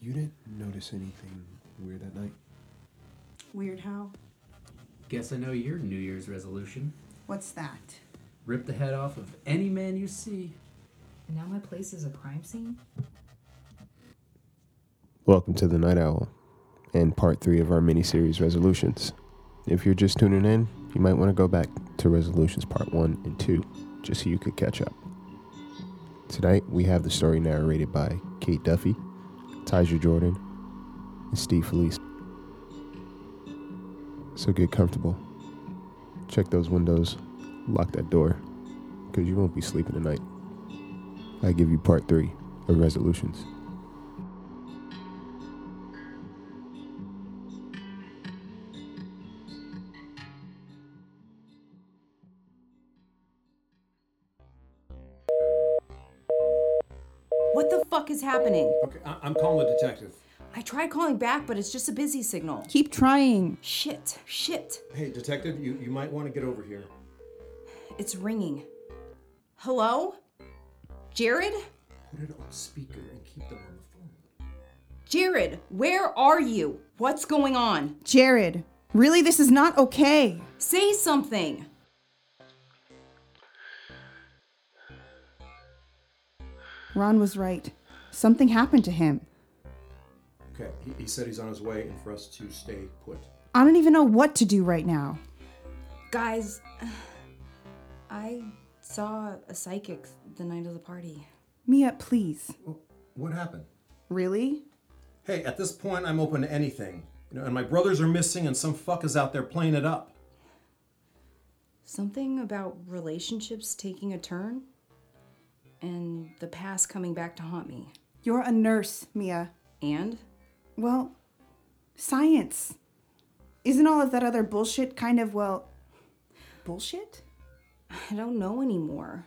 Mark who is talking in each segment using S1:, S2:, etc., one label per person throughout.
S1: You didn't notice anything weird that night?
S2: Weird how?
S3: Guess I know your New Year's resolution.
S2: What's that?
S3: Rip the head off of any man you see.
S4: Now my place is a crime scene?
S1: Welcome to the Night Owl and part three of our mini series resolutions. If you're just tuning in, you might want to go back to resolutions part one and two just so you could catch up. Tonight, we have the story narrated by Kate Duffy, Tyja Jordan, and Steve Felice. So get comfortable. Check those windows, lock that door, because you won't be sleeping tonight. I give you part three of resolutions.
S5: What the fuck is happening?
S6: Okay, I- I'm calling the detective.
S5: I tried calling back, but it's just a busy signal.
S2: Keep trying.
S5: Shit, shit.
S6: Hey, detective, you, you might want to get over here.
S5: It's ringing. Hello? Jared?
S6: Put it on speaker and keep them on the phone.
S5: Jared, where are you? What's going on?
S2: Jared, really, this is not okay.
S5: Say something.
S2: Ron was right. Something happened to him.
S6: Okay, he, he said he's on his way and for us to stay put.
S2: I don't even know what to do right now.
S5: Guys, I saw a psychic the night of the party.
S2: Mia, please.
S6: What happened?
S2: Really?
S6: Hey, at this point, I'm open to anything. You know, and my brothers are missing, and some fuck is out there playing it up.
S5: Something about relationships taking a turn and the past coming back to haunt me.
S2: You're a nurse, Mia.
S5: And
S2: Well, science. Isn't all of that other bullshit kind of, well, bullshit?
S5: I don't know anymore.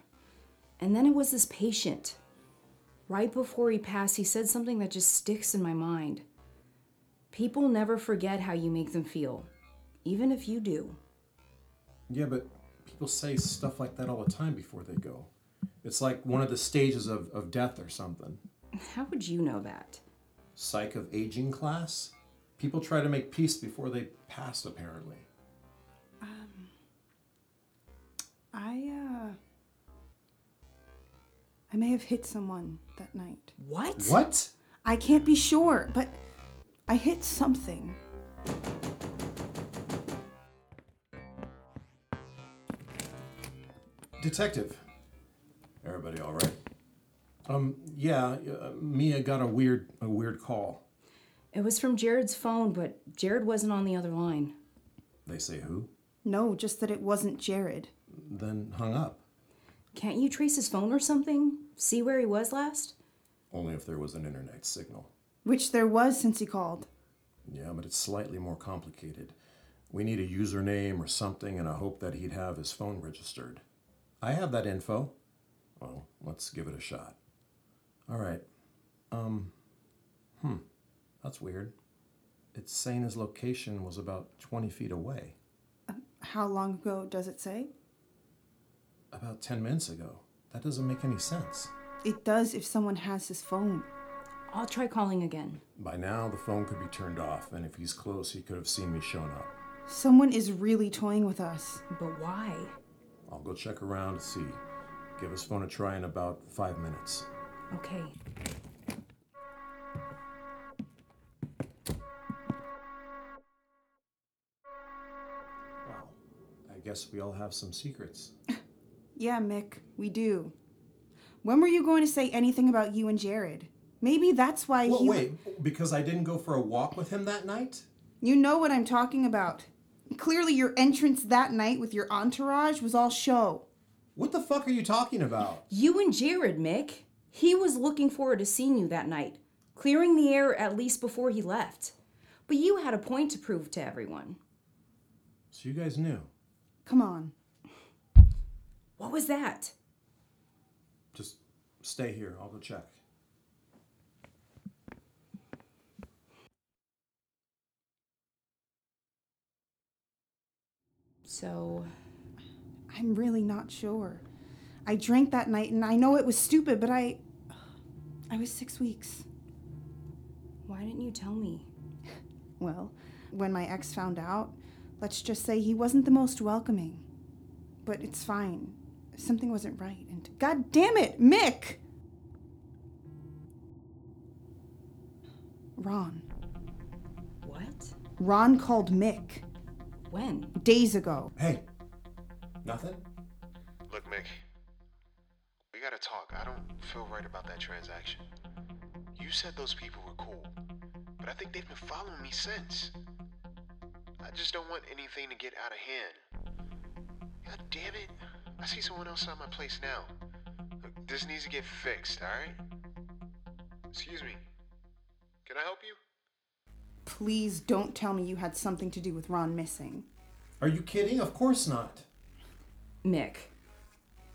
S5: And then it was this patient. Right before he passed, he said something that just sticks in my mind. People never forget how you make them feel, even if you do.
S6: Yeah, but people say stuff like that all the time before they go. It's like one of the stages of, of death or something.
S5: How would you know that?
S6: Psych of aging class? People try to make peace before they pass, apparently.
S2: I, uh. I may have hit someone that night.
S5: What?
S6: What?
S2: I can't be sure, but I hit something.
S6: Detective. Everybody all right? Um, yeah, uh, Mia got a weird, a weird call.
S5: It was from Jared's phone, but Jared wasn't on the other line.
S6: They say who?
S2: No, just that it wasn't Jared.
S6: Then hung up.
S5: Can't you trace his phone or something? See where he was last?
S6: Only if there was an internet signal.
S2: Which there was since he called.
S6: Yeah, but it's slightly more complicated. We need a username or something, and I hope that he'd have his phone registered. I have that info. Well, let's give it a shot. All right. Um, hmm. That's weird. It's saying his location was about 20 feet away.
S2: How long ago does it say?
S6: About 10 minutes ago. That doesn't make any sense.
S2: It does if someone has his phone.
S5: I'll try calling again.
S6: By now, the phone could be turned off, and if he's close, he could have seen me showing up.
S2: Someone is really toying with us.
S5: But why?
S6: I'll go check around and see. Give his phone a try in about five minutes.
S5: Okay.
S6: Wow. I guess we all have some secrets.
S2: Yeah, Mick, we do. When were you going to say anything about you and Jared? Maybe that's why
S6: Well,
S2: he.
S6: wait, because I didn't go for a walk with him that night?
S2: You know what I'm talking about. Clearly, your entrance that night with your entourage was all show.
S6: What the fuck are you talking about?
S5: You and Jared, Mick. He was looking forward to seeing you that night, clearing the air at least before he left. But you had a point to prove to everyone.
S6: So you guys knew.
S2: Come on.
S5: What was that?
S6: Just stay here. I'll go check.
S5: So,
S2: I'm really not sure. I drank that night and I know it was stupid, but I. I was six weeks.
S5: Why didn't you tell me?
S2: Well, when my ex found out, let's just say he wasn't the most welcoming. But it's fine. Something wasn't right, and god damn it, Mick! Ron.
S5: What?
S2: Ron called Mick
S5: When?
S2: days ago.
S6: Hey, nothing?
S7: Look, Mick, we gotta talk. I don't feel right about that transaction. You said those people were cool, but I think they've been following me since. I just don't want anything to get out of hand. God damn it. I see someone else on my place now. Look, this needs to get fixed, alright? Excuse me. Can I help you?
S2: Please don't tell me you had something to do with Ron missing.
S6: Are you kidding? Of course not.
S5: Mick.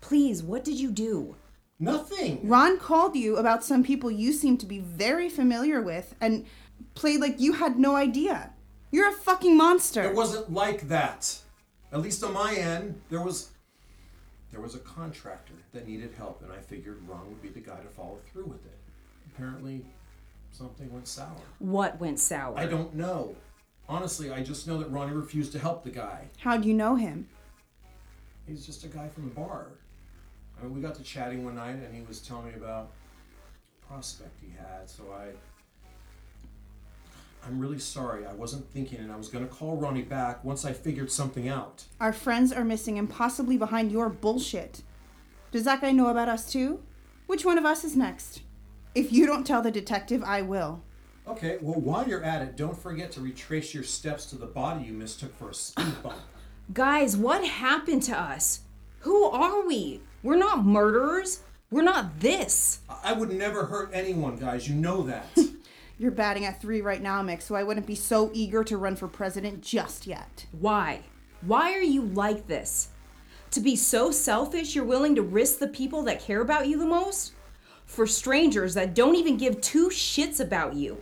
S5: Please, what did you do?
S6: Nothing.
S2: Ron called you about some people you seem to be very familiar with and played like you had no idea. You're a fucking monster.
S6: It wasn't like that. At least on my end, there was there was a contractor that needed help, and I figured Ron would be the guy to follow through with it. Apparently, something went sour.
S5: What went sour?
S6: I don't know. Honestly, I just know that Ronnie refused to help the guy.
S2: How do you know him?
S6: He's just a guy from the bar. I mean, we got to chatting one night, and he was telling me about a prospect he had. So I, I'm really sorry. I wasn't thinking, and I was gonna call Ronnie back once I figured something out.
S2: Our friends are missing and possibly behind your bullshit. Does that guy know about us too? Which one of us is next? If you don't tell the detective, I will.
S6: Okay, well, while you're at it, don't forget to retrace your steps to the body you mistook for a speed bump.
S5: Guys, what happened to us? Who are we? We're not murderers. We're not this.
S6: I- I would never hurt anyone, guys. You know that.
S2: You're batting at three right now, Mick, so I wouldn't be so eager to run for president just yet.
S5: Why? Why are you like this? To be so selfish, you're willing to risk the people that care about you the most? For strangers that don't even give two shits about you.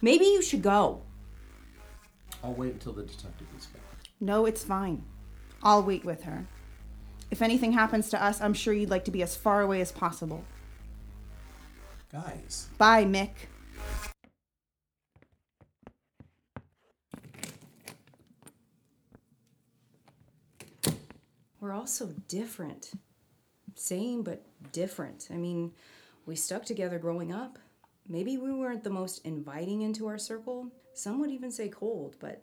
S5: Maybe you should go.
S6: I'll wait until the detective is back.
S2: No, it's fine. I'll wait with her. If anything happens to us, I'm sure you'd like to be as far away as possible.
S6: Guys.
S2: Bye, Mick.
S5: We're all so different. Same, but different. I mean, we stuck together growing up. Maybe we weren't the most inviting into our circle. Some would even say cold, but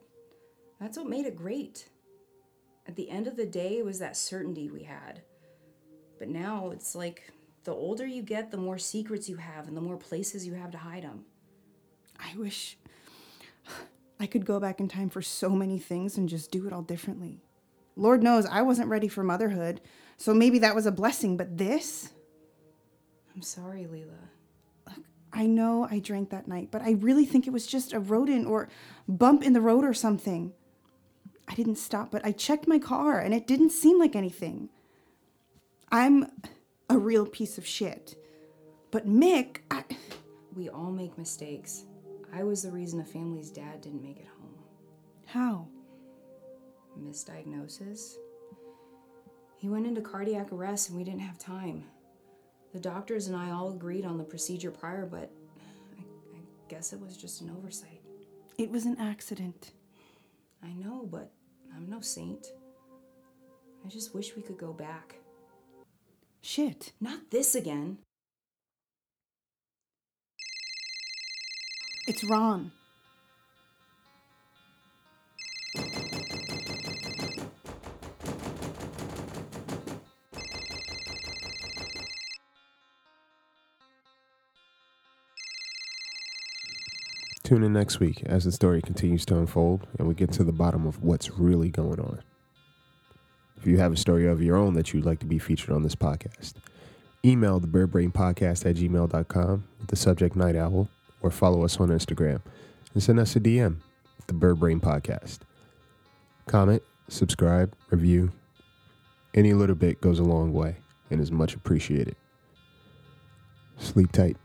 S5: that's what made it great. At the end of the day, it was that certainty we had. But now it's like the older you get, the more secrets you have and the more places you have to hide them.
S2: I wish I could go back in time for so many things and just do it all differently. Lord knows I wasn't ready for motherhood, so maybe that was a blessing, but this?
S5: I'm sorry, Leela.
S2: I know I drank that night, but I really think it was just a rodent or bump in the road or something. I didn't stop, but I checked my car and it didn't seem like anything. I'm a real piece of shit. But Mick, I,
S5: We all make mistakes. I was the reason a family's dad didn't make it home.
S2: how?
S5: misdiagnosis. He went into cardiac arrest and we didn't have time. The doctors and I all agreed on the procedure prior, but I, I guess it was just an oversight.
S2: It was an accident.
S5: I know, but I'm no saint. I just wish we could go back.
S2: Shit.
S5: Not this again.
S2: It's Ron.
S1: Tune in next week as the story continues to unfold and we get to the bottom of what's really going on. If you have a story of your own that you'd like to be featured on this podcast, email the birdbrainpodcast at gmail.com with the subject Night Owl or follow us on Instagram and send us a DM, the Birdbrain Podcast. Comment, subscribe, review. Any little bit goes a long way and is much appreciated. Sleep tight.